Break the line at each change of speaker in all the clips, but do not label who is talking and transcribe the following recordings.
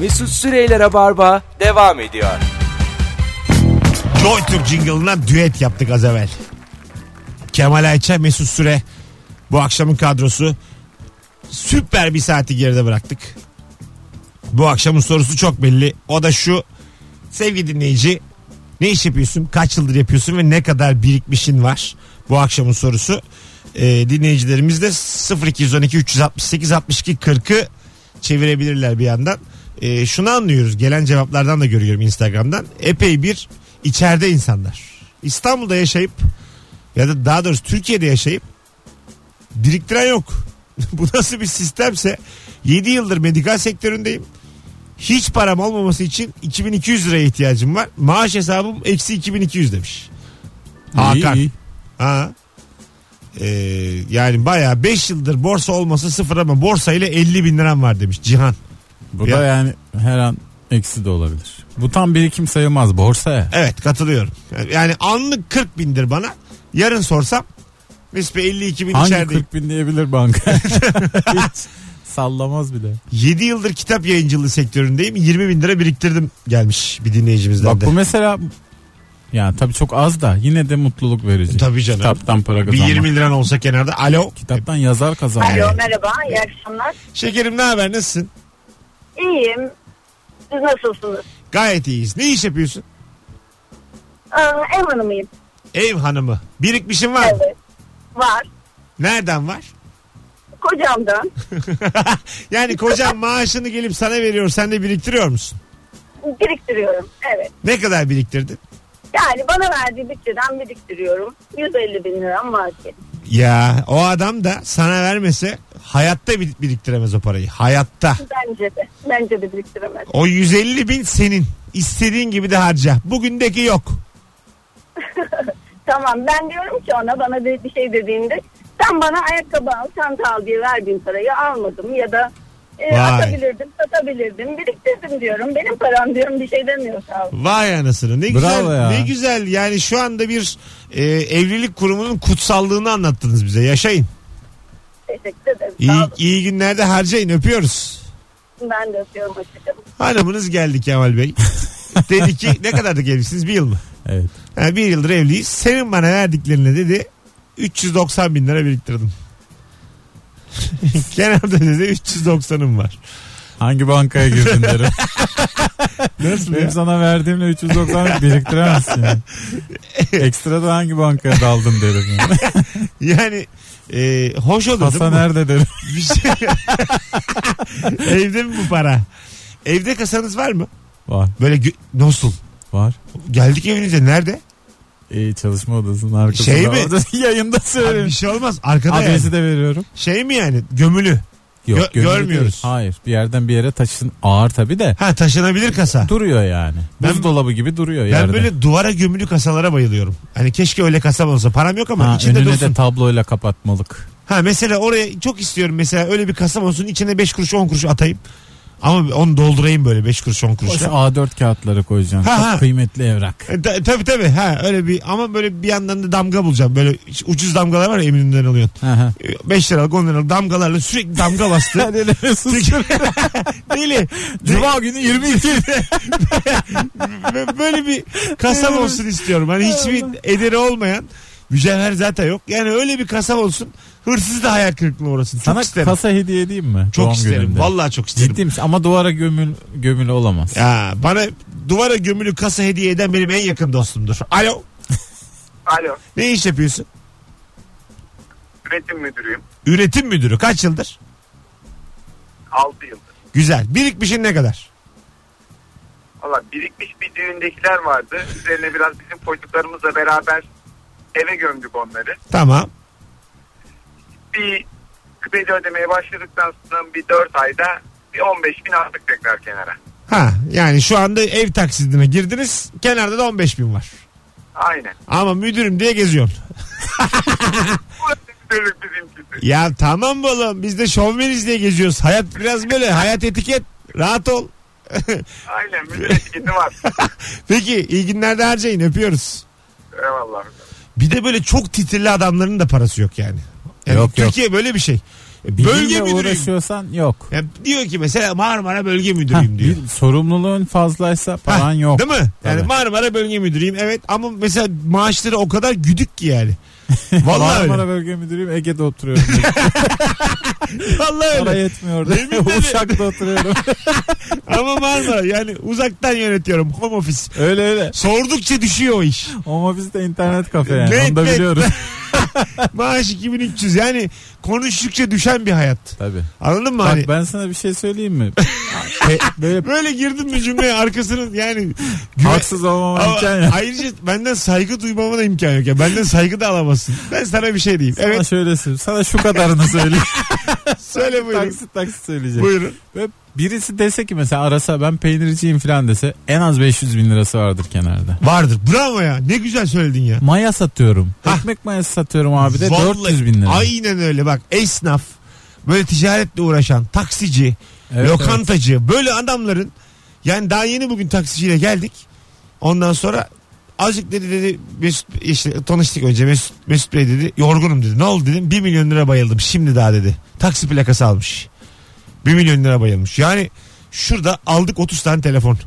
Mesut Süreyler'e barba devam ediyor.
Joy Türk jingle'ına düet yaptık az evvel. Kemal Ayça, Mesut Süre bu akşamın kadrosu. Süper bir saati geride bıraktık. Bu akşamın sorusu çok belli. O da şu. Sevgili dinleyici ne iş yapıyorsun? Kaç yıldır yapıyorsun ve ne kadar birikmişin var? Bu akşamın sorusu. Ee, dinleyicilerimiz de 0212 368 62 40'ı çevirebilirler bir yandan. Ee, şunu anlıyoruz. Gelen cevaplardan da görüyorum Instagram'dan. Epey bir içeride insanlar. İstanbul'da yaşayıp ya da daha doğrusu Türkiye'de yaşayıp biriktiren yok. Bu nasıl bir sistemse 7 yıldır medikal sektöründeyim. Hiç param olmaması için 2200 liraya ihtiyacım var. Maaş hesabım eksi 2200 demiş. Hakan.
İyi, iyi.
Ha. Ee, yani bayağı 5 yıldır borsa olması sıfır ama borsa ile 50 bin liram var demiş Cihan.
Bu
Ya.
da yani her an eksi de olabilir. Bu tam birikim sayılmaz borsa ya.
Evet katılıyorum. Yani anlık 40 bindir bana. Yarın sorsam Mesut Bey 52 bin
Hangi
içerideyim.
40 bin diyebilir banka? Hiç sallamaz bile.
7 yıldır kitap yayıncılığı sektöründeyim. 20 bin lira biriktirdim gelmiş bir dinleyicimizden
Bak
de.
bu mesela yani tabii çok az da yine de mutluluk verici.
Tabii canım.
Kitaptan para
bir
kazanmak.
20 liran olsa kenarda. Alo.
Kitaptan yazar kazanmak.
Alo merhaba iyi akşamlar.
Şekerim ne haber nasılsın?
İyiyim. Siz nasılsınız?
Gayet iyiyiz. Ne iş yapıyorsun?
Ee, ev hanımıyım.
Ev hanımı. Birikmişin var mı?
Evet. Var.
Nereden var?
Kocamdan.
yani kocan maaşını gelip sana veriyor. Sen de biriktiriyor musun?
Biriktiriyorum. Evet.
Ne kadar biriktirdin?
Yani bana verdiği bütçeden biriktiriyorum. 150 bin liram var ki.
Ya o adam da sana vermese hayatta bir- biriktiremez o parayı. Hayatta.
Bence de. Bence de biriktiremez.
O 150 bin senin. İstediğin gibi de harca. Bugündeki yok.
Tamam ben diyorum ki ona bana de- bir şey dediğinde sen bana ayakkabı al, çanta al diye verdiğin parayı almadım ya da e,
Vay.
atabilirdim, satabilirdim, biriktirdim diyorum. Benim param diyorum bir şey demiyor sağ ol.
Vay anasını. Ne
Bravo
güzel.
ya.
Ne güzel. Yani şu anda bir e, evlilik kurumunun kutsallığını anlattınız bize. Yaşayın.
Teşekkür ederim.
İyi,
Sağ olun.
iyi günlerde harcayın. Öpüyoruz.
Ben de öpüyorum açıkçası.
Hanımınız geldi Kemal Bey. dedi ki ne kadar da evlisiniz? Bir yıl mı?
Evet.
Ha, bir yıldır evliyiz. Senin bana verdiklerine dedi 390 bin lira biriktirdim. Kenarda dedi 390'ım var.
Hangi bankaya girdin derim.
Nasıl
Benim sana verdiğimle 390 biriktiremezsin. yani. Ekstra da hangi bankaya daldın derim. yani.
Yani e, hoş olur değil
Kasa
mi?
nerede derim.
Bir şey... Evde mi bu para? Evde kasanız var mı?
Var
Böyle gö- nasıl?
var.
Geldik evinize nerede?
İyi çalışma odasının arkasında.
Şey mi?
Orada- Yayında
Abi bir
söyleyeyim.
şey olmaz. Arkada
Adresi
yani.
de veriyorum.
Şey mi yani? Gömülü. Gö-
gönüllü
görmüyoruz.
değil. Hayır bir yerden bir yere taşın ağır tabi de
Ha taşınabilir kasa.
duruyor yani.
Ben-
Buzdolabı gibi duruyor
Ben
yerde.
böyle duvara gömülü kasalara bayılıyorum. Hani keşke öyle kasam olsa. Param yok ama
ha,
içinde
önüne
dursun.
de tabloyla kapatmalık.
Ha mesela oraya çok istiyorum mesela öyle bir kasam olsun içine 5 kuruş 10 kuruş atayım. Ama onu doldurayım böyle 5 kuruş 10
Boş
kuruşla.
A4 kağıtları koyacaksın.
Ha,
Çok
ha.
kıymetli evrak.
E, ta- Tabii tabii ha öyle bir ama böyle bir yandan da damga bulacağım. Böyle ucuz damgalar var ya Eminönü'nden alıyorsun.
Ha, ha.
5 liralık 10 liralık damgalarla sürekli damga bastı. Deli.
Cuma günü 22.
Bö- Böyle bir kasam olsun istiyorum. Hani hiçbir ederi olmayan mücevher zaten yok. Yani öyle bir kasam olsun. Hırsız da hayal kırıklığına uğrasın. Çok
Sana
isterim.
kasa hediye edeyim mi?
çok
Doğum
isterim.
günümde.
Vallahi çok isterim.
Ciddi misin? Ama duvara gömül, gömülü olamaz.
Ya bana duvara gömülü kasa hediye eden benim en yakın dostumdur. Alo.
Alo,
Ne iş yapıyorsun?
üretim müdürüyüm.
Üretim müdürü. Kaç yıldır?
6 yıldır.
Güzel. Birikmişin ne kadar?
Valla birikmiş bir düğündekiler vardı. Üzerine biraz bizim çocuklarımızla beraber eve gömdük onları.
Tamam.
Bir kredi ödemeye başladıktan sonra bir 4 ayda bir 15 bin attık tekrar kenara.
Ha yani şu anda ev taksidine girdiniz. Kenarda da 15 bin var.
Aynen.
Ama müdürüm diye geziyorsun.
Bu ödemizlik bizimkisi.
Ya tamam be oğlum biz de şovmeniz diye geziyoruz. Hayat biraz böyle hayat etiket. Rahat ol.
Aynen müdür etiketi var.
Peki iyi günlerde harcayın öpüyoruz.
Eyvallah.
Bir de böyle çok titrili adamların da parası yok yani. yani
Yok, E, yok.
Türkiye böyle bir şey. Bölge
Bölge
müdürüyüm.
uğraşıyorsan yok.
Ya diyor ki mesela Marmara bölge müdürüyüm
Heh,
diyor.
bir sorumluluğun fazlaysa
Ha,
falan yok.
Değil mi? Yani
Tabii.
Marmara bölge müdürüyüm evet ama mesela maaşları o kadar güdük ki yani. Vallahi
Marmara
öyle.
Bölge Müdürüyüm Ege'de oturuyorum.
Vallahi
Para
öyle.
yetmiyor.
Yemin ederim.
Uşak'ta oturuyorum.
Ama Marmara yani uzaktan yönetiyorum home office.
öyle öyle.
Sordukça düşüyor o iş.
Home office de internet kafe yani.
Net,
Onu da
net.
biliyoruz.
Maaş 2300 yani konuştukça düşen bir hayat.
Tabii.
Anladın mı?
Bak
hani,
ben sana bir şey söyleyeyim mi? Pe- böyle
Böyle girdin mi cümleye arkasını yani güven-
haksız olmama
Ama
imkan yok.
ayrıca benden saygı duymama da imkan yok. ya benden saygı da alamazsın. Ben sana bir şey diyeyim.
Sana
Evet
şöylesin. Sana şu kadarını söyle.
söyle buyurun.
taksit taksit söyleyeceğim.
Buyurun.
Ve birisi dese ki mesela arasa ben peynirciyim falan dese en az 500 bin lirası vardır kenarda.
Vardır. Bravo ya. Ne güzel söyledin ya.
Maya satıyorum.
Hah.
Ekmek mayası satıyorum abi de
Vallahi
400 bin lira.
Aynen öyle bak. Esnaf, böyle ticaretle uğraşan, taksici,
Evet,
lokantacı böyle adamların yani daha yeni bugün taksiciyle geldik. Ondan sonra azıcık dedi dedi Mesut işte tanıştık önce Mesut, Mesut Bey dedi yorgunum dedi. Ne oldu dedim 1 milyon lira bayıldım şimdi daha dedi. Taksi plakası almış. 1 milyon lira bayılmış. Yani şurada aldık 30 tane telefon.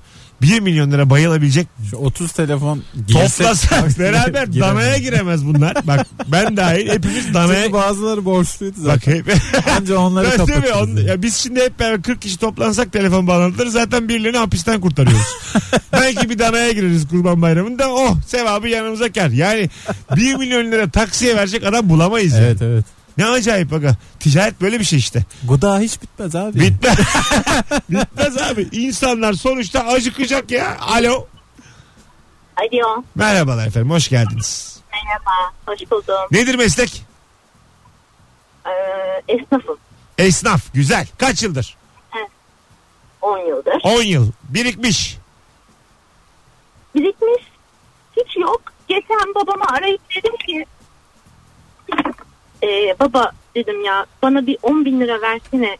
1 milyon lira bayılabilecek
Şu 30 telefon girsek-
toplasak beraber
Giremez.
danaya giremez bunlar. Bak ben dahil hepimiz danaya
Çünkü bazıları borçluydu zaten.
Bak hep,
Anca onları
Ben tabii
kapatırız.
on- ya biz şimdi hep beraber 40 kişi toplansak telefon bağlantıları zaten birilerini hapisten kurtarıyoruz. Belki bir danaya gireriz kurban bayramında oh sevabı yanımıza kar. Yani 1 milyon lira taksiye verecek adam bulamayız. yani.
Evet evet.
Ne acayip aga. Ticaret böyle bir şey işte.
Gıda hiç bitmez abi.
Bitmez. Bitmez abi. İnsanlar sonuçta acıkacak ya. Alo.
Alo
Merhabalar efendim hoş geldiniz.
merhaba hoş buldum.
Nedir meslek?
Ee, esnafım
Esnaf. Güzel. Kaç yıldır?
10 yıldır.
10 yıl. Birikmiş.
Birikmiş hiç yok. Geçen babama arayıp dedim ki "Ee, baba dedim ya bana bir 10 bin lira versene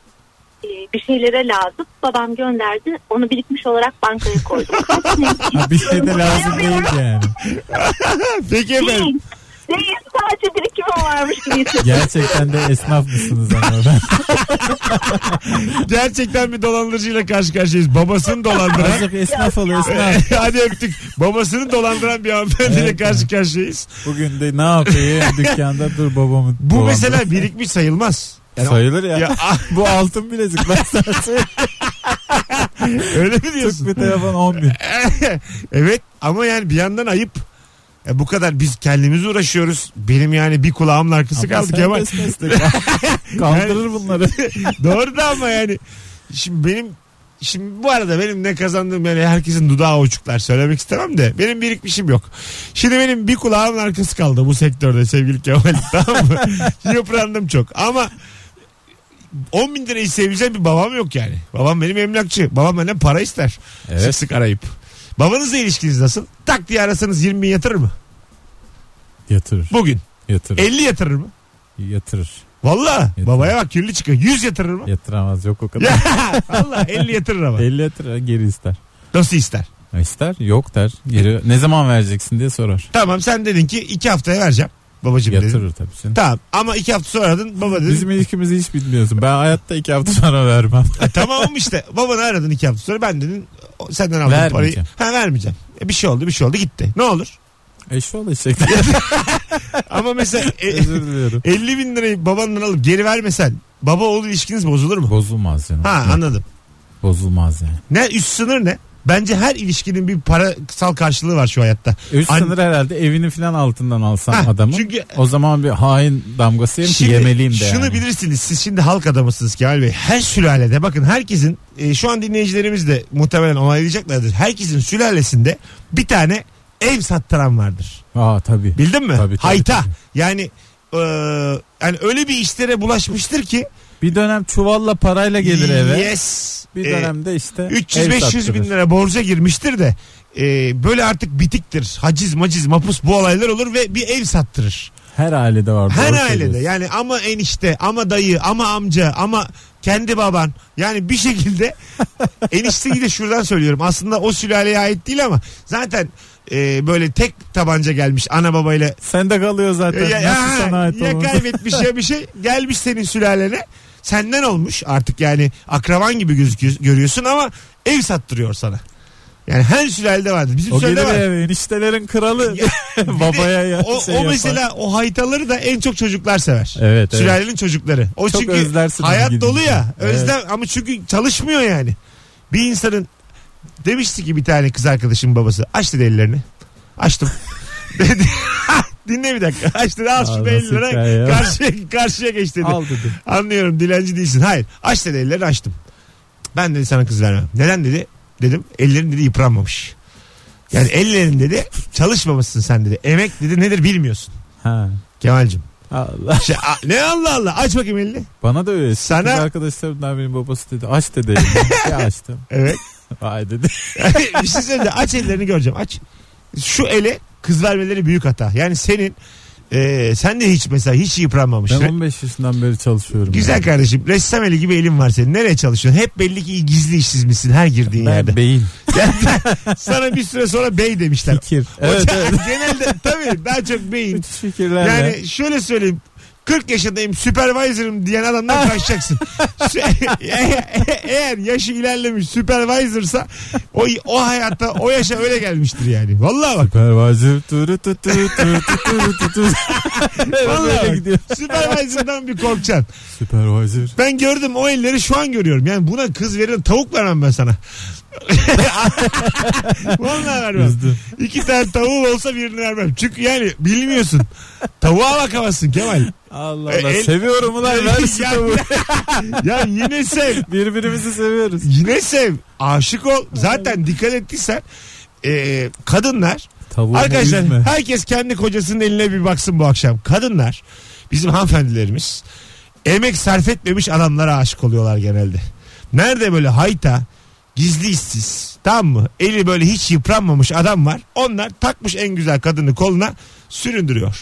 Ee, bir şeylere lazım. Babam gönderdi onu birikmiş olarak bankaya koydum. Kaç ne?
Ha, bir şey de lazım değil yani.
Peki efendim.
Değil. Değil. Sadece birikimim varmış gibi hissediyorum.
Gerçekten de esnaf mısınız ama ben?
Gerçekten bir dolandırıcıyla karşı karşıyayız. Babasını dolandıran.
Azıcık esnaf ol esnaf.
Hadi öptük. Babasını dolandıran bir hanımefendiyle
Evet.
karşı karşıyayız.
Bugün de ne yapayım dükkanda dur babamın.
Bu mesela birikmiş sayılmaz. Yani
sayılır ya.
Ya, ah,
Bu altın bilezik ben sana söyleyeyim.
öyle mi
Tık bir
diyorsun?
telefon 10 bin.
evet ama yani bir yandan ayıp. E bu kadar biz kendimiz uğraşıyoruz. Benim yani bir kulağımın arkası
Ama
kaldı
sen
Kemal.
pes meslek. Kaldırır bunları.
şey- Doğru da ama yani. Şimdi benim Şimdi bu arada benim ne kazandığım yani herkesin dudağı uçuklar söylemek istemem de benim birikmişim yok. Şimdi benim bir kulağımın arkası kaldı bu sektörde sevgili Kemal tamam mı? Yıprandım çok ama 10 bin lirayı sevinecek bir babam yok yani. Babam benim emlakçı. Babam benden para ister.
Evet.
Sık sık arayıp. Babanızla ilişkiniz nasıl? Tak diye arasanız 20 bin yatırır mı?
Yatırır.
Bugün.
Yatırır.
50 yatırır mı?
Yatırır.
Valla
Yatırır.
babaya bak kirli çıkıyor. 100 yatırır mı?
Yatıramaz yok o kadar.
Ya valla 50 yatırır ama.
50 yatırır geri ister.
Nasıl ister?
Ha, İster yok der. Geri ne zaman vereceksin diye sorar.
Tamam sen dedin ki iki haftaya vereceğim babacığım dedin.
Yatırır tabii seni.
Tamam ama iki hafta sonra aradın baba dedin.
Bizim ilişkimizi hiç bilmiyorsun. Ben hayatta iki hafta sonra vermem.
E, tamam işte babanı aradın iki hafta sonra ben dedim o- senden aldım parayı.
Vermeyeceğim.
Ha vermeyeceğim. E, bir şey oldu bir şey oldu gitti. Ne olur?
Eşi olacaklar.
Ama mesela e,
Özür diliyorum.
50 bin lirayı babandan alıp geri vermesen baba oğlu ilişkiniz bozulur mu?
Bozulmaz yani.
Ha anladım.
Bozulmaz yani.
Ne üst sınır ne? Bence her ilişkinin bir parasal karşılığı var şu hayatta.
Üst
An-
sınır herhalde evini falan altından alsam
Ha,
adamın.
çünkü-
O zaman bir hain damgası yerim ki
Şimdi
yemeliyim de
Şunu
yani.
bilirsiniz siz şimdi halk adamısınız Kemal Bey. Her sülalede bakın herkesin e, şu an dinleyicilerimiz de muhtemelen onaylayacaklardır. Herkesin sülalesinde bir tane ev sattıran vardır.
Aa tabii.
Bildin mi?
Tabii, tabii,
Hayta.
tabii.
Yani e, yani öyle bir işlere bulaşmıştır ki
Bir dönem çuvalla parayla gelir eve.
Yes.
Bir
E,
dönemde işte ev
300-500 bin
sattırır.
lira borca girmiştir de e, böyle artık bitiktir. Haciz maciz mapus bu olaylar olur ve bir ev sattırır.
Her ailede var.
Her
doğru
ailede
söylüyorsun.
yani ama enişte ama dayı ama amca ama kendi baban yani bir şekilde enişteyi de şuradan söylüyorum aslında o sülaleye ait değil ama zaten e, böyle tek tabanca gelmiş ana babayla
Sende kalıyor
ya,
zaten.
ya,
Nasıl sana
ha,
ait
ya
olmadı?
kaybetmiş ya bir şey gelmiş senin sülalene senden olmuş artık yani akraban gibi gözüküyor, görüyorsun ama ev sattırıyor sana. Yani her sülalede vardır. Bizim
O
sülalede
gelir e,
var.
eve eniştelerin kralı babaya ya
O,
şey
o
yapar.
mesela o haytaları da en çok çocuklar sever.
Evet, evet.
Sülalenin çocukları. O
Çok
çünkü
özlersiniz
hayat
gidince.
dolu ya.
Evet.
Özlem ama çünkü çalışmıyor yani. Bir insanın demişti ki bir tane kız arkadaşımın babası aç dedi ellerini. Açtım. Dedi- Dinle bir dakika. Aç dedi al şu
Aa, nasıl
ellerine
hikaye ya?
karşıya, karşıya geç dedi.
al dedi.
Anlıyorum dilenci değilsin. Hayır aç dedi ellerini açtım. Ben dedi sana kız vermem. Neden dedi. Dedim ellerin dedi yıpranmamış. Yani ellerin dedi çalışmamışsın sen dedi. Emek dedi nedir bilmiyorsun.
Ha.
Kemal'cim.
Allah.
Şey, a- ne Allah Allah aç bakayım elini.
Bana da öyle.
Sana-
Sana... Arkadaşlarımdan benim babası dedi. Aç dedi. ya açtım.
Evet.
Vay dedi.
bir şey söyle de aç ellerini göreceğim aç. Şu ele kız vermeleri büyük hata. Yani senin e, sen de hiç mesela hiç yıpranmamış.
Ben 15 yaşından beri çalışıyorum.
Şey- Güzel
yani.
kardeşim ressam eli gibi elin var senin. Nereye çalışıyorsun? Hep belli ki gizli işsiz misin her girdiğin
Ben
yerde.
beyin.
Sana bir süre sonra bey demişler.
Fikir.
Evet,
Evet evet.
Genelde tabii daha çok beyin.
Müthiş fikirlerle.
Yani şöyle söyleyeyim. 40 yaşındayım supervisor'ım diyen adamdan kaçacaksın. Sü- e- e- Eğer yaşı ilerlemiş supervisor'sa o, o hayatta o yaşa öyle gelmiştir yani. Vallahi bak.
Pervazir turu tu tu tu tu tu tu tu.
Vallahi
Böyle
bak.
gidiyor.
Supervisor'dan bir korkacaksın.
Süpervizör.
Ben gördüm o elleri şu an görüyorum. Yani buna kız verin tavuk vermem ben sana. Vallahi vermem.
Üzdü.
İki tane tavuğum olsa birini vermem. Çünkü yani bilmiyorsun. Tavuğa bakamazsın Kemal.
Allah
E,
Allah.
el-
Seviyorum ulan. Ver şu
Ya-
tavuğu.
Ya yine sev.
Birbirimizi seviyoruz.
Yine sev. Aşık ol. Zaten dikkat ettiysen e, kadınlar
Tavuğumu
arkadaşlar
üzme.
herkes kendi kocasının eline bir baksın bu akşam. Kadınlar bizim hanımefendilerimiz emek sarf etmemiş adamlara aşık oluyorlar genelde. Nerede böyle hayta gizli işsiz tamam mı? Eli böyle hiç yıpranmamış adam var. Onlar takmış en güzel kadını koluna süründürüyor.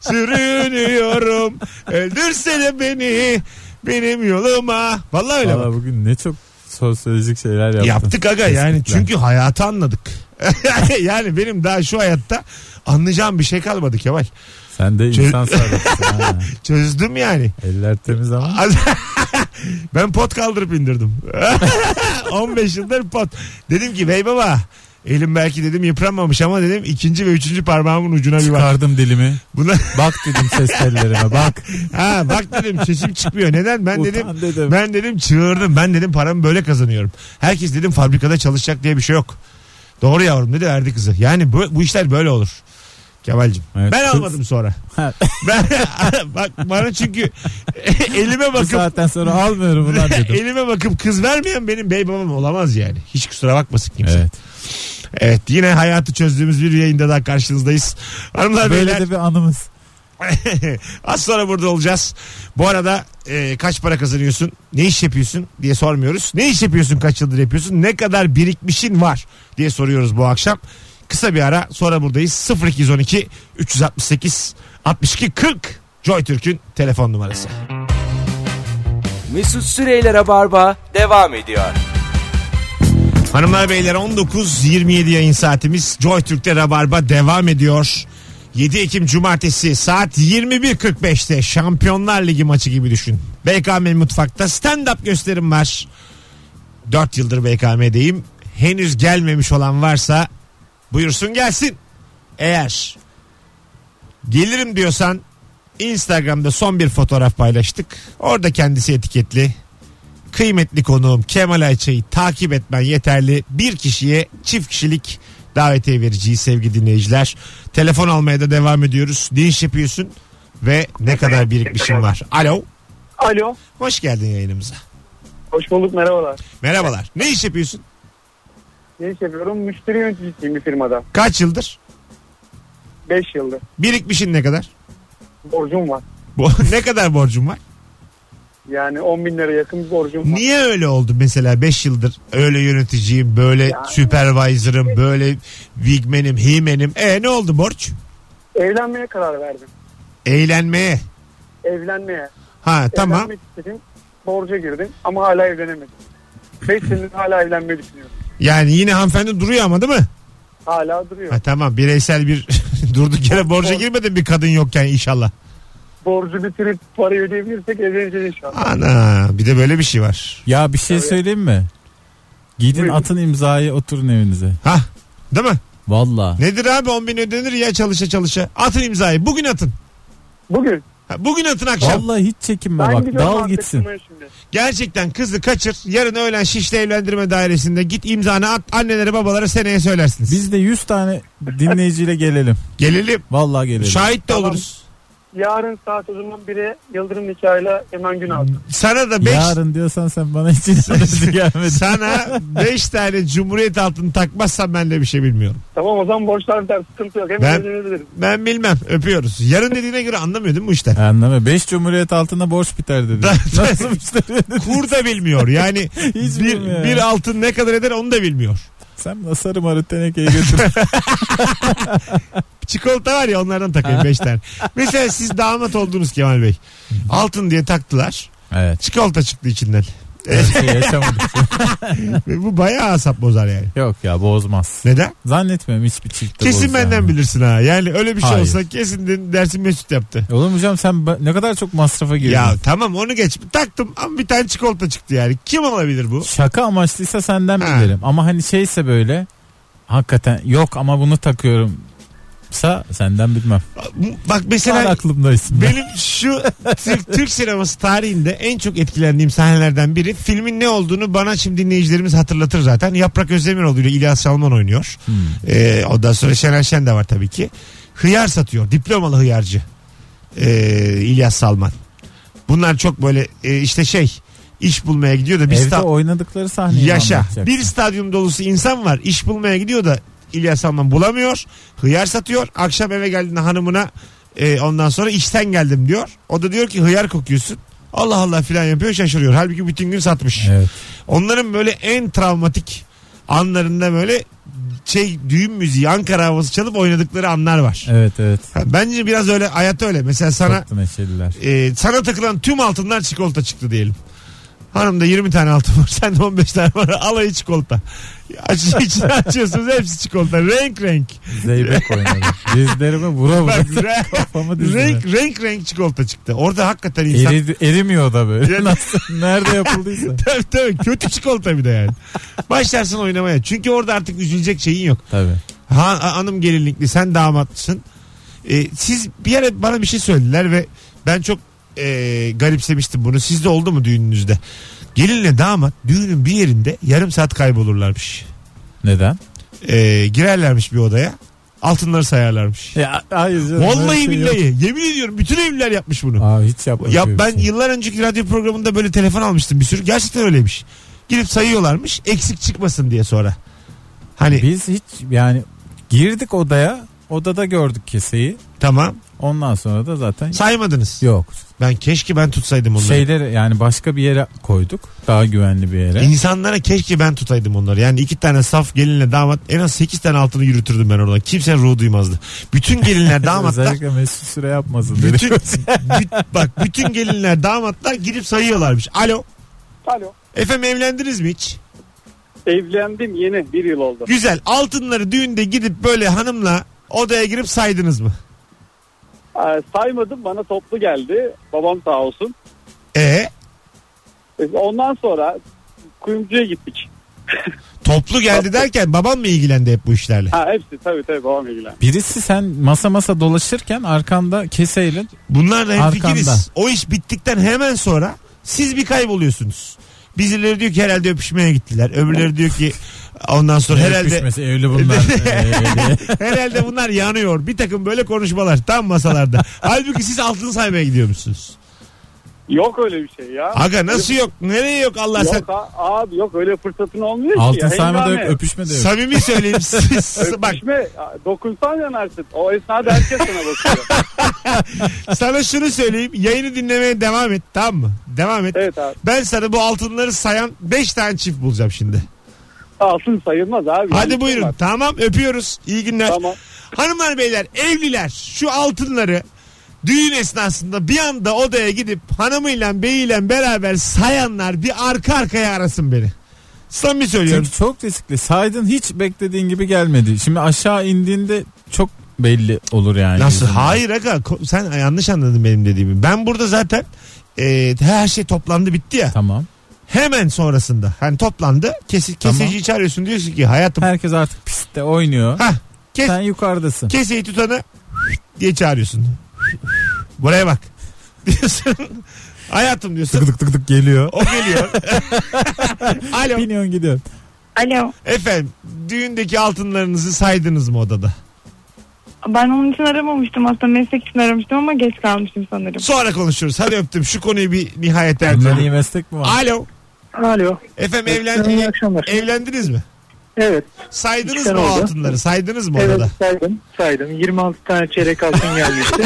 Sürünüyorum. Öldürsene beni. Benim yoluma. Vallahi öyle bak.
Valla bugün ne çok sosyolojik şeyler yaptın.
Yaptık aga yani
Tespitler.
çünkü hayatı anladık. yani benim daha şu hayatta anlayacağım bir şey kalmadı Kemal.
Sen de
Çö-
insan sarrafısın ha.
Çözdüm yani.
Eller temiz ama.
Az- ben pot kaldırıp indirdim. 15 yıldır pot. Dedim ki bey baba elim belki dedim yıpranmamış ama dedim ikinci ve üçüncü parmağımın ucuna bir bak.
Çıkardım dilimi.
Buna,
Bak dedim ses tellerime bak.
ha bak dedim sesim çıkmıyor. Neden? Ben dedim
Utan dedim.
Ben dedim çığırdım. Ben dedim paramı böyle kazanıyorum. Herkes dedim fabrikada çalışacak diye bir şey yok. Doğru yavrum dedi verdi kızı. Yani bu, bu işler böyle olur. Kemal'cim.
Evet,
ben
kız-
almadım sonra.
Ha.
ben, bak bana çünkü elime
Bu
bakıp
saatten sonra almıyorum ulan dedim.
elime bakıp kız vermeyen benim bey babam olamaz yani. Hiç kusura bakmasın kimse. Evet.
Evet.
yine hayatı çözdüğümüz bir yayında daha karşınızdayız. Hanımlar
Böyle
beyler
de bir anımız.
Az sonra burada olacağız. Bu arada e, kaç para kazanıyorsun? Ne iş yapıyorsun diye sormuyoruz. Ne iş yapıyorsun? Kaç yıldır yapıyorsun? Ne kadar birikmişin var diye soruyoruz bu akşam. Kısa bir ara sonra buradayız. 0212 368 62 40 Joy Türk'ün telefon numarası.
Mesut Süreyler'e barba devam ediyor.
Hanımlar beyler 19.27 yayın saatimiz Joy Türk'te Rabarba devam ediyor. 7 Ekim Cumartesi saat 21.45'te Şampiyonlar Ligi maçı gibi düşün. BKM Mutfak'ta stand-up gösterim var. 4 yıldır BKM'deyim. Henüz gelmemiş olan varsa buyursun gelsin. Eğer gelirim diyorsan Instagram'da son bir fotoğraf paylaştık. Orada kendisi etiketli kıymetli konuğum Kemal Ayça'yı takip etmen yeterli. Bir kişiye çift kişilik davetiye vereceğiz sevgili dinleyiciler. Telefon almaya da devam ediyoruz. Ne iş yapıyorsun ve ne kadar birikmişin var? Alo.
Alo.
Hoş geldin yayınımıza.
Hoş bulduk merhabalar.
Merhabalar. Ne iş yapıyorsun?
Ne iş yapıyorum? Müşteri yöneticisiyim bir firmada.
Kaç yıldır?
5 yıldır.
Birikmişin ne kadar?
Borcum var.
Bu, ne kadar borcun var?
Yani 10 bin lira yakın bir borcum var.
Niye öyle oldu mesela 5 yıldır öyle yöneticiyim, böyle supervisor'ım, böyle wigman'im, himenim. E ne oldu borç?
Evlenmeye karar verdim.
Eğlenmeye.
Evlenmeye.
Ha tamam.
Evlenmek istedim. Borca girdim ama hala evlenemedim. 5 senedir hala evlenmeyi düşünüyorum.
Yani yine hanımefendi duruyor ama değil mi?
Hala duruyor.
Ha, tamam bireysel bir durduk yere borca girmedin bir kadın yokken inşallah.
borcu bitirip parayı ödeyebilirsek evleneceğiz inşallah.
Ana bir de böyle bir şey var.
Ya bir şey söyleyeyim mi? Gidin
Buyurun.
atın imzayı oturun evinize.
Hah değil mi?
Valla.
Nedir abi 10 bin ödenir ya çalışa çalışa. Atın imzayı bugün atın.
Bugün.
Ha, Bugün atın akşam.
Valla hiç çekinme
Ben
bak.
gidiyorum
Dal
Antep
gitsin.
Kuma'ya şimdi.
Gerçekten kızı kaçır. Yarın öğlen Şişli Evlendirme Dairesi'nde git imzanı at. Annelere babalara seneye söylersiniz. Biz
Biz de 100 tane dinleyiciyle gelelim.
gelelim.
Valla gelelim.
Şahit de
Tamam.
oluruz.
Yarın saat o zaman 1'e Yıldırım nikahıyla Eman Günal.
Sana da 5
Yarın diyorsan sen bana hiç inanası gelmedi.
sana 5 tane cumhuriyet altını takmazsan ben de bir şey bilmiyorum.
Tamam o zaman borçlar biter sıkıntı yok. Hem
Ben-
evlenebiliriz.
Ben bilmem. Öpüyoruz. Yarın dediğine göre anlamıyor değil mi bu işten?
Anlama 5 cumhuriyet altında borç biter dedi. Nasıl işte?
Kur da bilmiyor. Yani
Hiç
bir,
bilmiyor.
bir altın ne kadar eder onu da bilmiyor.
Sen bana sarı marı tenekeye götür.
Çikolata var ya onlardan takayım 5 tane. Mesela siz damat oldunuz Kemal Bey. Altın diye taktılar.
evet.
Çikolata çıktı içinden.
Öyle şey yaşamadık.
Ve bu bayağı asap bozar yani.
Yok ya bozmaz.
Neden?
Zannetmiyorum hiçbir çift de
Kesin
bozacağını.
benden bilirsin ha. Yani öyle bir şey
Hayır.
olsa kesin de- dersin Mesut yaptı.
Olur mu E hocam sen ba- ne kadar çok masrafa girdin.
Ya tamam onu geç. Taktım ama bir tane çikolata çıktı yani. Kim olabilir bu?
Şaka amaçlıysa senden
Ha.
bilirim. Ama hani şeyse böyle hakikaten yok ama bunu takıyorum sa senden bilmem.
Bak
Sen
mesela
aklımdaysın.
hani benim şu Türk, Türk sineması tarihinde en çok etkilendiğim sahnelerden biri filmin ne olduğunu bana şimdi dinleyicilerimiz hatırlatır zaten. Yaprak Özdemiroğlu ile İlyas Salman oynuyor. Ee, ondan sonra Şener Şen de var tabii ki. Hıyar satıyor. Diplomalı hıyarcı. Ee, İlyas Salman. Bunlar çok böyle e, işte şey iş bulmaya gidiyor da bir
Evde
sta-
oynadıkları sahneyi
yaşa.
anlatacak.
Bir stadyum dolusu insan var. İş bulmaya gidiyor da İlyas Salman bulamıyor. Hıyar satıyor. Akşam eve geldiğinde hanımına e, ondan sonra işten geldim diyor. O da diyor ki hıyar kokuyorsun. Allah Allah filan yapıyor şaşırıyor. Halbuki bütün gün satmış.
Evet.
Onların böyle en travmatik anlarında böyle şey düğün müziği Ankara havası çalıp oynadıkları anlar var.
Evet evet.
Ha, Bence biraz öyle hayat öyle. Mesela sana
Çok da neşeliler.
e, sana takılan tüm altınlar çikolata çıktı diyelim. Hanımda 20 tane altın var. Sende 15 tane var. Alayı çikolata. Aç, içini açıyorsunuz hepsi çikolata. Renk renk.
Zeybek oynadı. Dizlerime vura vura
Bak, re-
kafamı dizime.
renk, renk renk çikolata çıktı. Orada hakikaten insan...
Eri, erimiyor da
Ya-
böyle. Nasıl, nerede yapıldıysa.
Tabii, tabii, kötü çikolata bir de yani. Başlarsın oynamaya. Çünkü orada artık üzülecek şeyin yok.
Tabii.
Ha, ha- hanım gelinlikli sen damatlısın. Ee, siz bir ara bana bir şey söylediler ve ben çok e, garipsemiştim bunu. Sizde oldu mu düğününüzde? Gelinle damat düğünün bir yerinde yarım saat kaybolurlarmış.
Neden?
Ee, girerlermiş bir odaya. Altınları sayarlarmış.
Ya, hayır canım, öyle
Vallahi
şey yok.
billahi yemin ediyorum bütün evliler yapmış bunu.
Aa, hiç yapmadım.
Ya
öyle bir
ben
şey.
yıllar önceki radyo programında böyle telefon almıştım bir sürü. Gerçekten öyleymiş. Girip sayıyorlarmış eksik çıkmasın diye sonra. Hani
Biz hiç yani girdik odaya. Odada gördük keseyi.
tamam
Ondan sonra da zaten
saymadınız.
yok. Şey
Ben keşke ben tutsaydım onları.
Şeyleri yani başka bir yere koyduk. Daha güvenli bir yere.
İnsanlara keşke ben tutaydım onları. Yani iki tane saf gelinle damat en az sekiz tane altını yürütürdüm ben oradan. Kimse ruhu duymazdı. Bütün gelinler damatlar
Özellikle Mesut Süre yapmasın dedi.
bütün, bü- bak bütün gelinler damatlar girip sayıyorlarmış. Alo.
Alo.
Efendim evlendiniz mi hiç?
Evlendim yeni bir yıl oldu.
Güzel. Altınları düğünde gidip böyle hanımla odaya girip saydınız mı?
Ee, saymadım bana toplu geldi. Babam sağ olsun.
E
Ee, Ondan sonra kuyumcuya gittik.
toplu geldi derken babam mı ilgilendi hep bu işlerle?
Ha hepsi tabii tabii babam ilgilen.
Birisi sen masa masa dolaşırken arkanda keseyle
Bunlarla
Arkanda.
hemfikiriz. O iş bittikten hemen sonra siz bir kayboluyorsunuz. Birileri diyor ki herhalde öpüşmeye gittiler. Öbürleri diyor ki ondan sonra herhalde
Öpüşmesi, evli bunlar. Ee,
herhalde bunlar yanıyor. Bir takım böyle konuşmalar tam masalarda. Halbuki siz altın saymaya gidiyormuşsunuz.
Yok öyle bir şey ya.
Aga nasıl yok? Nereye yok Allah sen?
Yok a- abi yok öyle fırsatın olmuyor ki.
altın
ya.
sayma da yok,
Hengame.
öpüşme de yok.
Samimi söyleyeyim. Siz- bak
Öpüşme dokunsan yanarsın. O esnada herkes sana bakıyor.
sana şunu söyleyeyim. Yayını dinlemeye devam et tamam mı? Devam et.
evet abi.
Ben sana bu altınları sayan 5 tane çift bulacağım şimdi.
Altın sayılmaz abi.
Hadi
Yani
buyurun. Tamam öpüyoruz. İyi günler.
Tamam.
Hanımlar beyler evliler şu altınları düğün esnasında bir anda odaya gidip hanımıyla beyiyle beraber sayanlar bir arka arkaya arasın beni. Samimi söylüyorum.
Çünkü çok riskli. Saydın hiç beklediğin gibi gelmedi. Şimdi aşağı indiğinde çok belli olur yani.
Nasıl?
Yüzünden.
Hayır aga ko- sen yanlış anladın benim dediğimi. Ben burada zaten e, her şey toplandı bitti ya.
Tamam.
Hemen sonrasında hani toplandı kesi,
Tamam.
kesici çağırıyorsun diyorsun ki hayatım
Herkes artık pistte oynuyor.
Hah, kes,
Sen yukarıdasın.
keseyi tutana diye çağırıyorsun. Buraya bak diyorsun. hayatım diyorsun.
Tık tık tık tık geliyor.
O geliyor. Alo
Biniyorsun gidiyorsun.
Alo.
efendim düğündeki altınlarınızı saydınız mı odada?
Ben onun için aramamıştım aslında meslek için aramıştım ama geç kalmışım sanırım.
Sonra konuşuruz. Hadi öptüm şu konuyu bir nihayet
Bundan iyi
erdirelim.
meslek mi var?
Alo
Alo.
efendim
İyi
evlendi,
akşamlar.
evlendiniz mi?
Evet.
Saydınız
İşten
mı o
oldu.
altınları? Saydınız mı
Evet
orada?
saydım. Saydım. 26 tane çeyrek altın gelmişti.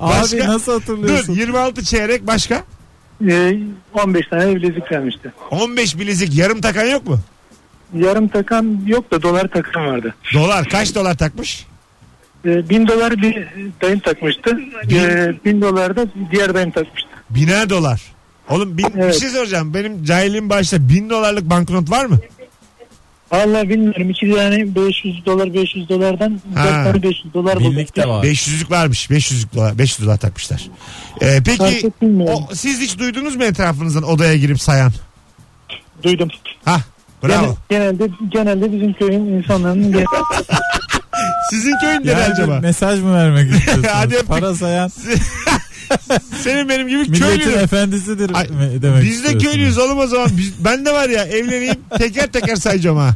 Abi
Başka-
nasıl
Dur
hatırlıyorsun?
26 çeyrek başka?
Ee, 15 tane bilezik vermişti.
15 bilezik yarım takan yok mu?
Yarım takan yok da dolar takan vardı.
Dolar kaç dolar takmış?
Ee, bin dolar bir dayım takmıştı. Ee, bin dolar da diğer dayım takmıştı.
Biner dolar. Oğlum bin,
Evet.
bir şey soracağım. Benim cahilliğim başta bin dolarlık banknot var mı?
Vallahi bilmiyorum. iki tane 500 dolar 500 dolardan dört
Ha.
tane 500 dolar buldum.
Birlik de var.
500'lük varmış. 500'lük dolar, 500 dolar takmışlar. Ee,
Fark
peki
etmiyorum.
o, siz hiç duydunuz mu etrafınızdan odaya girip sayan?
Duydum.
Hah bravo.
Gene- genelde, genelde bizim köyün insanların genel-
Sizin köyünde ne
Yani
acaba?
bir mesaj mı vermek
Hadi
istiyorsunuz?
öptük.
Para sayan
Senin benim gibi
milletin
köylü.
efendisidir
Ay,
mi- demek
Biz de
istiyorsunuz.
köylüyüz oğlum o zaman. Biz- ben de var ya evleneyim teker teker sayacağım ha.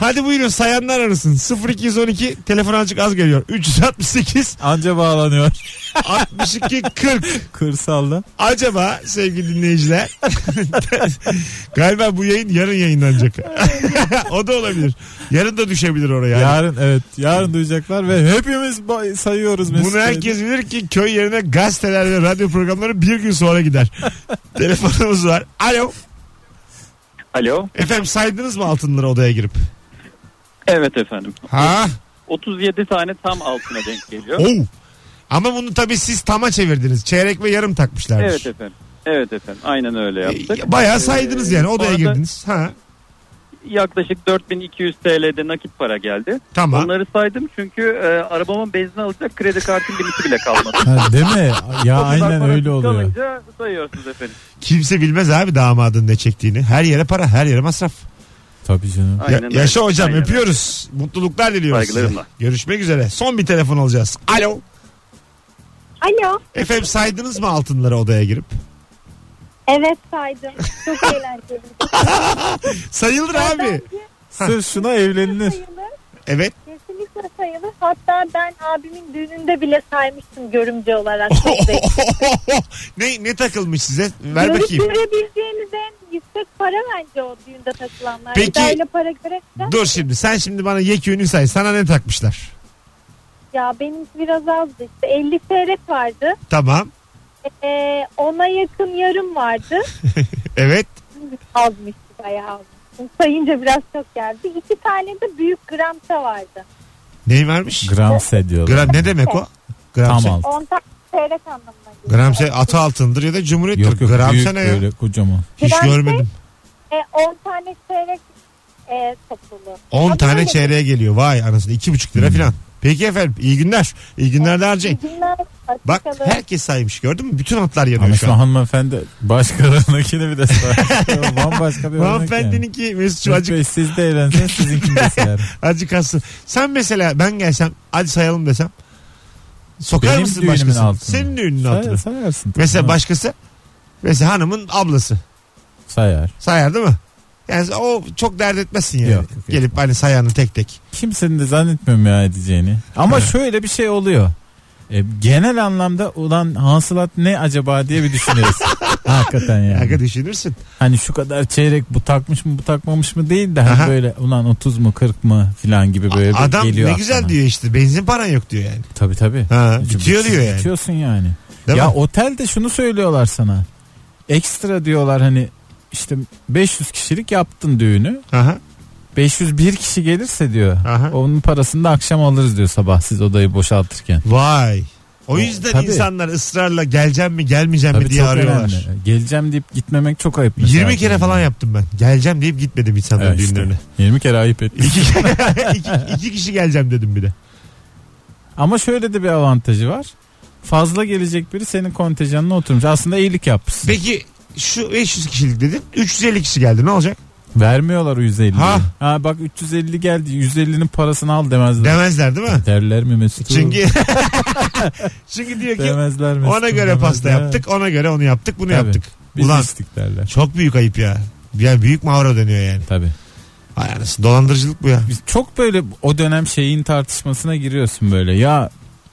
Hadi buyurun sayanlar arasın. 0212 telefon azıcık az geliyor. 368
Anca bağlanıyor
62 40.
kırsalda.
Acaba sevgili dinleyiciler galiba bu yayın yarın yayınlanacak. o da olabilir. Yarın da düşebilir oraya.
Yarın evet yarın duyacaklar ve hepimiz ba- sayıyoruz Mesut
Bunu
Bey'i.
herkes bilir ki köy yerine gazeteler ve radyo programları bir gün sonra gider. Telefonumuz var. Alo.
Alo.
Efendim saydınız mı altınları odaya girip?
Evet efendim.
Ha?
37 tane tam altına denk geliyor.
Oo. Ama bunu tabii siz tama çevirdiniz. Çeyrek ve yarım takmışlarmış.
Evet efendim. Evet efendim. Aynen öyle yaptık.
E, Bayağı saydınız yani
Ee,
odaya
sonra da
girdiniz. Ha.
Yaklaşık 4200 TL'de nakit para geldi.
Tamam.
Onları saydım çünkü e, arabamın benzin alacak kredi kartım limiti bile kalmadı.
Ha, değil mi? Ya
O kadar
aynen
para
öyle oluyor.
Kalınca sayıyorsunuz efendim.
Kimse bilmez abi damadın ne çektiğini. Her yere para, her yere masraf.
Tabii canım.
Ya-
Aynen öyle.
yaşa hocam
Aynen öyle.
öpüyoruz. Mutluluklar diliyoruz size.
Saygılarımla.
Görüşmek üzere. Son bir telefon alacağız. Alo.
Alo.
Efendim saydınız mı altınları odaya girip?
Evet saydım. Çok eğlenceli.
Sayılır abi.
Sırf şuna evlenilir.
Sayılır.
Evet.
Kesinlikle sayılır. Hatta ben abimin düğününde bile saymıştım görümce olarak.
ne ne takılmış size? Ver bakayım.
Görebileceğiniz en yüksek para bence o düğünde takılanlar.
Peki-
Öyle para göre
Dur şimdi sen şimdi bana yekünü say. Sana ne takmışlar?
Ya benimki biraz azdı işte 50 seyrek vardı.
Tamam.
Ee, ona yakın yarım vardı.
Evet.
Azmıştı bayağı azmıştı. Sayınca biraz çok geldi. İki tane de büyük gramsa vardı.
Ney varmış?
Gramse diyorlar.
Gram ne demek o? Gramse.
Tam altı.
10 tane seyrek anlamına geliyor.
Gramse şey, atı altındır ya da cumhuriyet
Yok yok büyük
Gramse ne ya?
böyle kocaman.
Hiç
Gramse-
görmedim.
Ee, 10 tane seyrek e, topluluğu.
10
Ama
tane
böyle-
çeyreğe geliyor. Vay anasını 2,5
Hmm.
lira filan. Peki efendim iyi günler. İyi günler de harcayın.
Günler,
Bak
hoşçakalın.
herkes saymış gördün mü? Bütün atlar yanıyor
Ama
şu
şu
an.
hanımefendi başkalarınınkini bir de sayıyor. Bambaşka bir örnek yani.
Hanımefendininki Mesut'cu
Mesut
acık,
Bey siz de evlenseniz sizinkini de sayarım.
acık alsın. Sen mesela ben gelsem hadi sayalım desem. Sokar
Benim
mısın
düğünümün
başkasını?
altını.
Senin düğünün
Say-
altını.
sayarsın. tabii.
Mesela
Ha,
başkası. Mesela hanımın ablası.
sayar.
Sayar değil mi? Yani o çok dert etmezsin yani.
Yok, yok, yok.
Gelip hani sayanı tek tek.
Kimsenin de zannetmiyorum ya edeceğini. Ama şöyle bir şey oluyor. E, genel anlamda olan hasılat ne acaba diye bir düşünüyoruz. Hakikaten yani.
Kanka düşünürsün.
Hani şu kadar çeyrek bu takmış mı bu takmamış mı değil de hani
Aha.
böyle ulan 30 mu 40 mı filan gibi böyle bir
Adam
geliyor.
ne güzel
aklına.
diyor işte. Benzin paran yok diyor yani.
Tabii tabii.
Ha,
Çünkü
bitiyor
siz
diyor yani.
Bitiyorsun yani.
Değil
ya
mi?
otelde şunu söylüyorlar sana. Ekstra diyorlar hani işte 500 kişilik yaptın düğünü.
Aha.
501 kişi gelirse diyor.
Aha.
Onun parasını da akşam alırız diyor sabah siz odayı boşaltırken.
Vay. O yüzden
Tabii.
insanlar ısrarla geleceğim mi gelmeyeceğim mi
Tabii
diye
çok
arıyorlar.
önemli. Geleceğim deyip gitmemek çok ayıp. mesela.
20 kere falan yaptım ben. Geleceğim deyip gitmedim insanların
Evet işte.
düğünlerine.
20 kere ayıp etmiş.
İki, iki, iki kişi geleceğim dedim bir de.
Ama şöyle de bir avantajı var. Fazla gelecek biri senin kontenjanına oturmuş. Aslında iyilik yapmışsın.
Peki şu 500 kişilik dedin 350 kişi geldi ne olacak?
Vermiyorlar o 150'yi.
Ha.
Ha. bak 350 geldi. 150'nin parasını al demezler.
Demezler değil mi?
Derler mi Mesut?
Çünkü çünkü diyor ki
demezler Mesut.
ona göre
demezler.
pasta yaptık ona göre onu yaptık bunu
Tabii.
yaptık.
Biz
Ulan
istik derler.
çok büyük ayıp ya. Yani büyük mağara dönüyor yani.
Tabii.
Hay anasını, dolandırıcılık bu ya.
Biz çok böyle o dönem şeyin tartışmasına giriyorsun böyle. Ya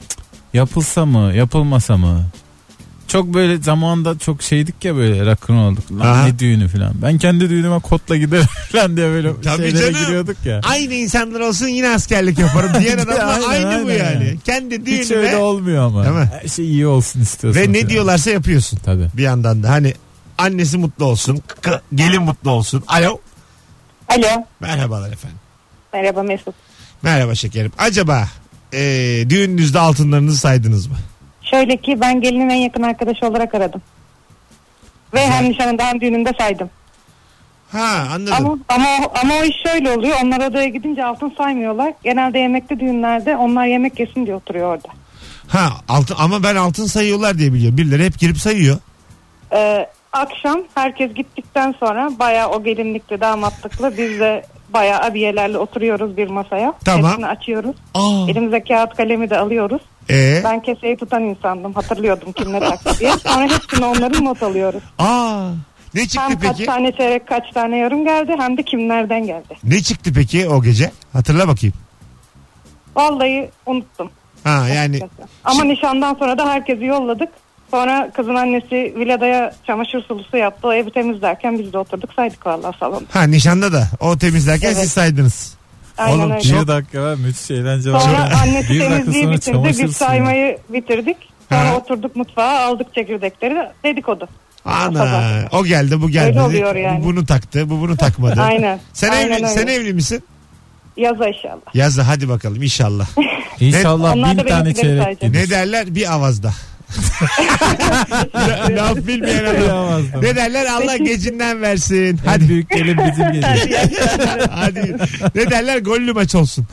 cık, yapılsa mı, yapılmasa mı? Çok böyle zamanda çok şeydik ya böyle rakın olduk. Lan
Aha.
ne düğünü falan. Ben kendi düğünüme kotla giderim falan diye böyle
Tabii
şeylere
canım.
giriyorduk ya.
Aynı insanlar olsun yine askerlik yaparım diyen adamla aynı
Aynen,
bu
aynen.
yani. Kendi
Hiç öyle
düğününe
olmuyor ama.
Değil mi?
Her şey iyi olsun istiyorsun.
ve
falan.
ne diyorlarsa yapıyorsun.
Tabii.
Bir yandan da hani annesi mutlu olsun, k- gelin mutlu olsun. Alo.
Alo.
Merhabalar efendim.
Merhaba Mesut.
Merhaba şekerim. Acaba e, düğününüzde altınlarınızı saydınız mı?
Şöyle ki ben gelinin en yakın arkadaşı olarak aradım. Ve hem nişanında hem düğününde saydım.
Ha anladım.
Ama, ama, ama o iş şöyle oluyor. Onlar odaya gidince altın saymıyorlar. Genelde yemekli düğünlerde onlar yemek yesin diye oturuyor orada.
Ha altın ama ben altın sayıyorlar diye biliyorum. Birileri hep girip sayıyor.
Ee, akşam herkes gittikten sonra baya o gelinlikli damatlıklı biz de baya abiyelerle oturuyoruz bir masaya.
Tamam.
Hepsini açıyoruz.
Aa.
Elimize kağıt kalemi de alıyoruz.
Ee,
Ben keseyi tutan insandım. Hatırlıyordum kim ne taktı diye. Sonra hepsini onların not alıyoruz.
aa. Ne çıktı
Hem kaç
peki?
tane çeyrek kaç tane yarım geldi hem de kimlerden geldi.
Ne çıktı peki o gece? Hatırla bakayım.
Vallahi unuttum.
Ha yani
açıkçası. Ama nişandan sonra da herkesi yolladık. Sonra kızın annesi Vilada'ya çamaşır sulusu yaptı. O evi temizlerken biz de oturduk saydık vallahi salonda.
ha nişanda da o temizlerken
Evet.
siz saydınız.
Aynen
Oğlum
öyle.
bir dakika ben müthiş eğlence var.
Sonra annesi
Bir dakika
temizliği
sonra
bitirdi.
çamaşır
Biz
suyu.
saymayı bitirdik.
Ha.
Sonra oturduk mutfağa aldık çekirdekleri dedikodu.
Ana
Sabah.
o geldi bu geldi.
Öyle oluyor yani.
Bu bunu taktı bu bunu takmadı.
Aynen.
Sen,
Aynen
evli,
öyle.
sen evli misin?
Yaza inşallah.
Yaz da hadi bakalım inşallah.
İnşallah
Onlar da
bin
benim
tane
giderim
çeyrek
sadece.
gelir.
ne derler? Bir avazda. La- Laf bilmeyen adam.
Yapamazdım.
Ne derler? Allah gecinden versin.
En
Hadi.
büyük gelin bizim gelin.
Hadi. Ne derler? Gollü maç olsun.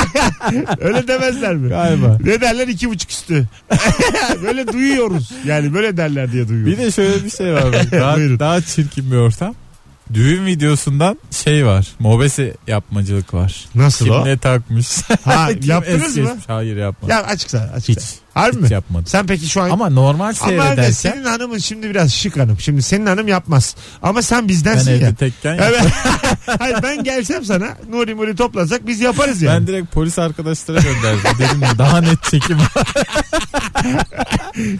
Öyle demezler mi?
Galiba.
Ne derler? iki buçuk üstü. böyle duyuyoruz. Yani böyle derler diye duyuyoruz.
Bir de şöyle bir şey var. bak. Daha,
Buyurun.
daha çirkin bir ortam. Düğün videosundan şey var. Mobese yapmacılık var.
Nasıl
Kim
o?
ne takmış?
Ha,
Kim
yaptınız
es
mı?
geçmiş? Hayır yapmadım.
Ya açıksa açıksa.
hiç.
Harbi
hiç
mi?
yapmadım.
Sen peki şu an...
Ama normal
Ama öyle
seyredersen
senin hanımın şimdi biraz şık hanım. Şimdi senin hanım yapmaz. Ama sen
ben
bizdensin ya.
evde tekken
Evet. Hayır ben gelsem sana Nuri Muri toplasak biz yaparız yani.
Ben direkt polis arkadaşlara gönderdim. Dedim ya, daha net çekim.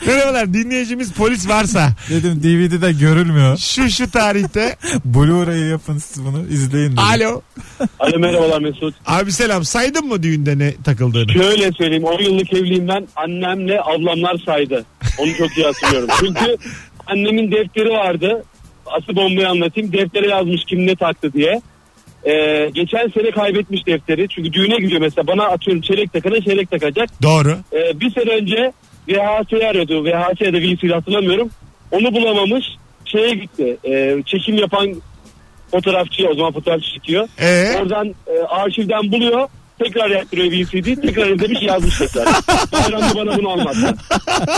Merhabalar dinleyicimiz polis varsa
Dedim DVD'de görülmüyor.
şu şu tarihte
Blu-ray'ı yapın siz bunu izleyin dedim.
alo
Alo merhabalar Mesut.
abi selam saydın mı düğünde ne takıldığını?
Şöyle söyleyeyim 10 yıllık evliliğimden annemle ablamlar saydı. Onu çok iyi hatırlıyorum. Çünkü annemin defteri vardı. Asıl bombayı anlatayım. Deftere yazmış kim ne taktı diye. Ee, geçen sene kaybetmiş defteri. Çünkü düğüne gidiyor mesela. Bana atıyorum çeyrek takana çeyrek takacak.
Doğru.
Ee, bir sene önce VHS'yi arıyordu. VHS ya da VCD hatırlamıyorum. Onu bulamamış. Şeye gitti. Ee, çekim yapan fotoğrafçıya o zaman fotoğrafçı çıkıyor.
Ee,
Oradan e, arşivden buluyor. Tekrar yaptırıyor VCD. Tekrar izlemiş yazmış tekrar. Bayram da bana bunu anlattı.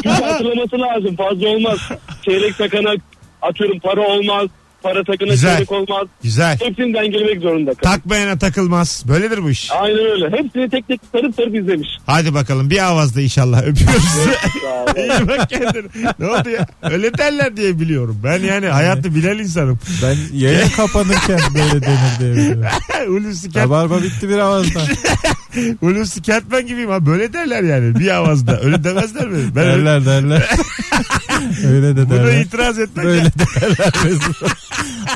Çünkü hatırlaması lazım. Fazla olmaz. Çeyrek takana atıyorum para olmaz. Para takana
Güzel.
çeyrek olmaz.
güzel.
Hepsini dengelemek zorunda kalıyor.
Takmayana takılmaz. Böyledir bu iş.
Aynen öyle. Hepsini tek tek sarıp sarıp izlemiş.
Hadi bakalım bir avazda inşallah öpüyoruz.
Sağ olun.
İyi bak kendine. Ne oldu ya? Öyle derler diye biliyorum. Ben yani hayatı bilen insanım.
Ben yayın kapanırken böyle denir diye biliyorum.
Hulusi Kent,
Rabarba bitti bir avazdan.
Hulusi Kentmen gibiyim ha. Böyle derler yani bir avazda. Öyle demezler mi? Ben öyle-
Derler derler. Öyle de
Buna
derler.
itiraz etmek ya.
Böyle derler Mesut.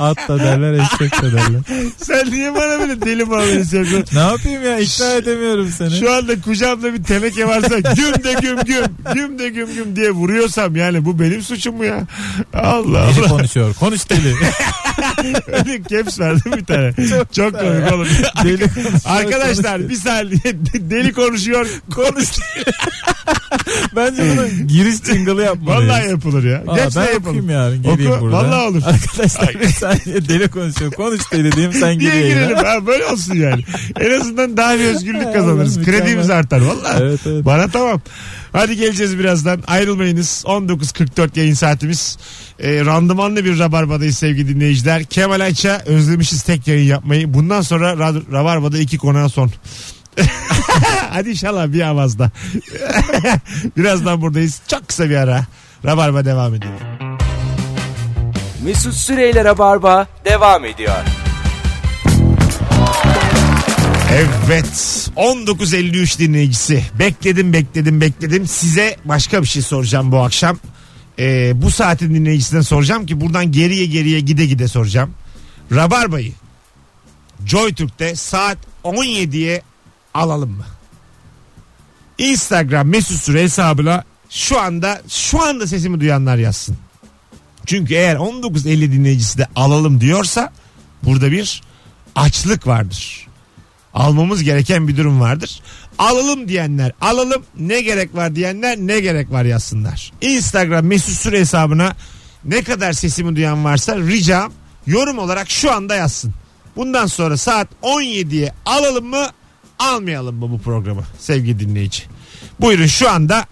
At da derler eşek de derler.
Sen niye bana böyle deli muamelesi yapıyorsun?
Ne yapayım ya ikna edemiyorum seni.
Şu anda kucağımda bir teneke varsa güm de güm güm güm de güm güm diye vuruyorsam yani bu benim suçum mu ya? Allah
Deli
Allah.
konuşuyor. Konuş deli.
Öyle caps verdim bir tane. Çok, komik oğlum.
deli konuşuyor.
Arkadaşlar bir saniye deli konuşuyor konuş.
konuş. Bence bunun giriş jingle'ı yapmalıyız.
Vallahi yapılır ya.
Aa,
Caps
ben
yapalım.
okuyayım yarın geleyim
Oku,
burada.
vallahi olur.
Arkadaşlar Sadece deli konuşuyor. Konuş deli diyeyim sen gir
Niye
yayına.
girelim ha? Böyle olsun yani. En azından daha bir özgürlük kazanırız.
Mükemmel.
Kredimiz artar valla.
Evet, evet.
Bana tamam. Hadi geleceğiz birazdan. Ayrılmayınız. 19.44 yayın saatimiz. Ee, randımanlı bir rabarbadayız sevgili dinleyiciler. Kemal Ayça özlemişiz tek yayın yapmayı. Bundan sonra ra- rabarbada iki konağa son. Hadi inşallah bir avazda. birazdan buradayız. Çok kısa bir ara. Rabarba devam ediyor.
Mesut Süreyler'e barba devam ediyor.
Evet 1953 dinleyicisi bekledim bekledim bekledim size başka bir şey soracağım bu akşam Ee, bu saatin dinleyicisinden soracağım ki buradan geriye geriye gide gide soracağım Rabarba'yı Joy Türk'te saat 17'ye alalım mı? Instagram mesut süre hesabına şu anda şu anda sesimi duyanlar yazsın. Çünkü eğer 19.50 dinleyicisi de alalım diyorsa burada bir açlık vardır almamız gereken bir durum vardır. Alalım diyenler alalım ne gerek var diyenler ne gerek var yazsınlar. Instagram mesut süre hesabına ne kadar sesimi duyan varsa ricam yorum olarak şu anda yazsın. Bundan sonra saat 17'ye alalım mı almayalım mı bu programı sevgili dinleyici. Buyurun şu anda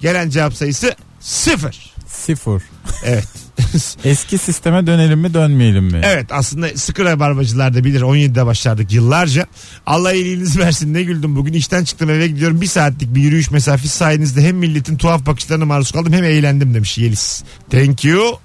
gelen cevap sayısı sıfır.
Sıfır.
Evet.
Eski sisteme dönelim mi dönmeyelim mi?
Evet aslında sıkı rabarbacılar da bilir 17'de başlardık yıllarca. Allah iyiliğiniz versin ne güldüm bugün işten çıktım eve gidiyorum bir saatlik bir yürüyüş mesafesi sayenizde hem milletin tuhaf bakışlarına maruz kaldım hem eğlendim demiş Yeliz. Thank you.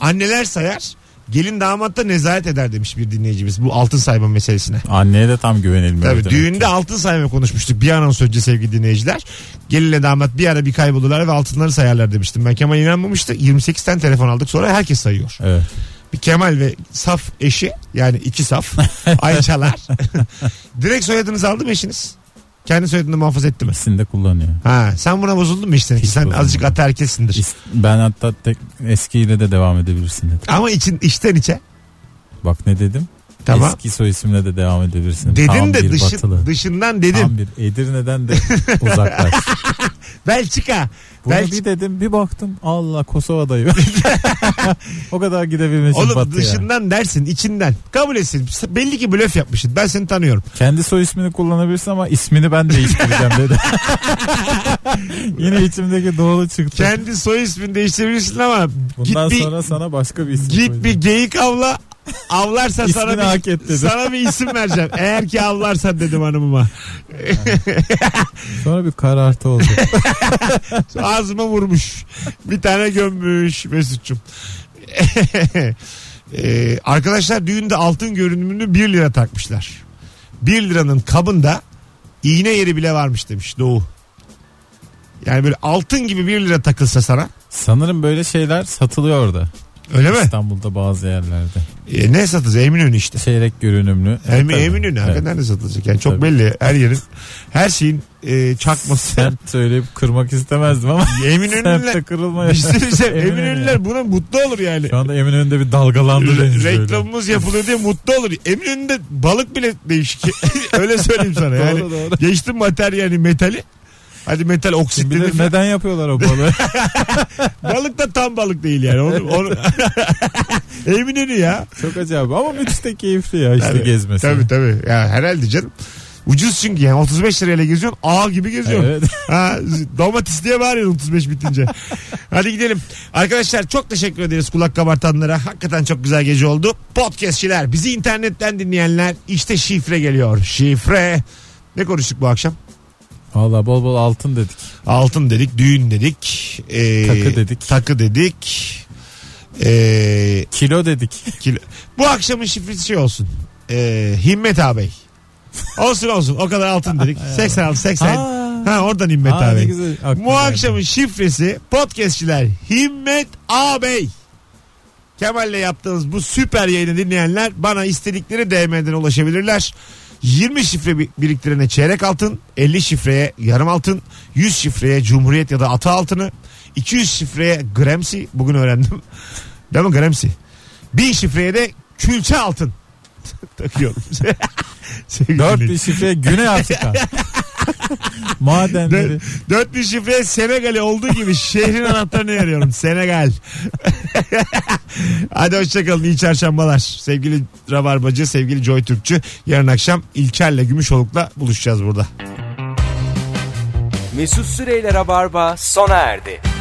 Anneler sayar gelin damat da nezaret eder demiş bir dinleyicimiz bu altın sayma meselesine.
Anneye de tam güvenilmiyor.
Tabii
demek
düğünde
ki.
altın sayma konuşmuştuk bir anons önce sevgili dinleyiciler. Gelinle damat bir ara bir kaybolurlar ve altınları sayarlar demiştim. Ben Kemal inanmamıştı 28 tane telefon aldık sonra herkes sayıyor.
Evet.
Bir Kemal ve saf eşi yani iki saf Ayçalar. Direkt soyadınızı aldı mı eşiniz? Kendi soyadını muhafaza etti mi?
İkisini de kullanıyor.
Ha, sen buna bozuldun mu işte?
Hiç
Sen
bozulmadım.
azıcık ataerkilsindir.
İs- Ben hatta tek eskiyle de devam edebilirsin dedi.
Ama için içten içe.
Bak ne dedim?
Tamam.
Eski soy isimle de devam edebilirsin.
Dedin
Tam
de
bir
dışı,
batılı.
dışından dedin.
Tam bir Edirne'den de uzaklaş.
Belçika.
Bunu
Belçika.
bir dedim bir baktım Allah Kosova'dayım. o kadar gidebilmişim
Oğlum
batıya.
dışından dersin içinden. Kabul etsin. Belli ki blöf yapmışsın. Ben seni tanıyorum.
Kendi soy ismini kullanabilirsin ama ismini ben değiştireceğim dedi. Yine içimdeki doğru çıktı.
Kendi soy ismini değiştirebilirsin ama
Bundan
git bir
sonra sana başka bir isim
Git bir
koyacağım.
geyik avla. Avlarsa
İsmini
sana bir,
hak et dedim.
sana bir isim vereceğim. Eğer ki avlarsan dedim hanımıma.
Sonra bir karartı oldu.
Ağzıma vurmuş. Bir tane gömmüş Mesut'cum. Ee, arkadaşlar düğünde altın görünümünü 1 lira takmışlar. 1 liranın kabında iğne yeri bile varmış demiş Doğu. Yani böyle altın gibi 1 lira takılsa sana.
Sanırım böyle şeyler satılıyor orada.
Öyle mi?
İstanbul'da bazı yerlerde.
Ee, ne satacağız? Eminönü işte.
Çeyrek görünümlü.
Em,
Tabii.
Eminönü
Evet.
hakikaten de satılacak. Yani çok
Tabii.
belli her yerin her şeyin e, çakması.
Sert söyleyip kırmak istemezdim ama
Eminönü'ler
sert de kırılma.
bir şey söyleyeceğim.
Eminönü ya.
Eminönü'ler buna mutlu olur yani.
Şu anda Eminönü'nde bir dalgalandı
Re-
deniz böyle.
reklamımız yapılıyor diye mutlu olur. Eminönü'nde balık bile değişik. Öyle söyleyeyim sana yani.
Doğru doğru.
Geçtim materyali yani metali. Hadi metal
Kim
oksitleri.
bilir
falan.
neden yapıyorlar o balığı?
Balık da tam balık değil yani. Onu, onu... Eminönü ya.
Çok acayip ama müthiş de keyifli ya işte
Tabii.
gezmesi.
Tabii tabii. Ya herhalde canım. Ucuz çünkü yani 35 lirayla geziyorsun. Ağ gibi geziyorsun.
Evet.
Ha, z- domates diye bağırıyorsun 35 bitince. Hadi gidelim. Arkadaşlar çok teşekkür ederiz kulak kabartanlara. Hakikaten çok güzel gece oldu. Podcastçiler, bizi internetten dinleyenler işte şifre geliyor. Şifre. Ne konuştuk bu akşam?
Valla bol bol altın dedik.
Altın dedik, düğün dedik. ee,
Takı dedik.
Takı dedik. Ee,
Kilo dedik.
kilo- Bu akşamın şifresi şey olsun. Ee, Himmet ağabey. Olsun olsun o kadar altın dedik. 86 80.
Aa,
Ha oradan Himmet
aa, ne
ağabey.
güzel. Aklıma
Bu
geldi.
akşamın şifresi podcastçiler Himmet Ağabey. Kemal'le yaptığımız bu süper yayını dinleyenler bana istedikleri DM'den ulaşabilirler. 20 şifre bi- biriktirene çeyrek altın, 50 şifreye yarım altın, 100 şifreye cumhuriyet ya da ata altını, 200 şifreye Gramsci bugün öğrendim. Değil mi Gramsci? 1000 şifreye de külçe altın takıyorum. Sevgili
Dört
dinleyiciler.
bir şifre Güney Afrika. Madenleri.
Dört, dört bir şifre Senegal'e olduğu gibi şehrin anahtarını arıyorum. Senegal. Hadi hoşçakalın. İyi çarşambalar. Sevgili Rabarbacı, sevgili Joy Türkçü. Yarın akşam İlker'le Gümüşoluk'la buluşacağız burada.
Mesut Süreyler'e barba sona erdi.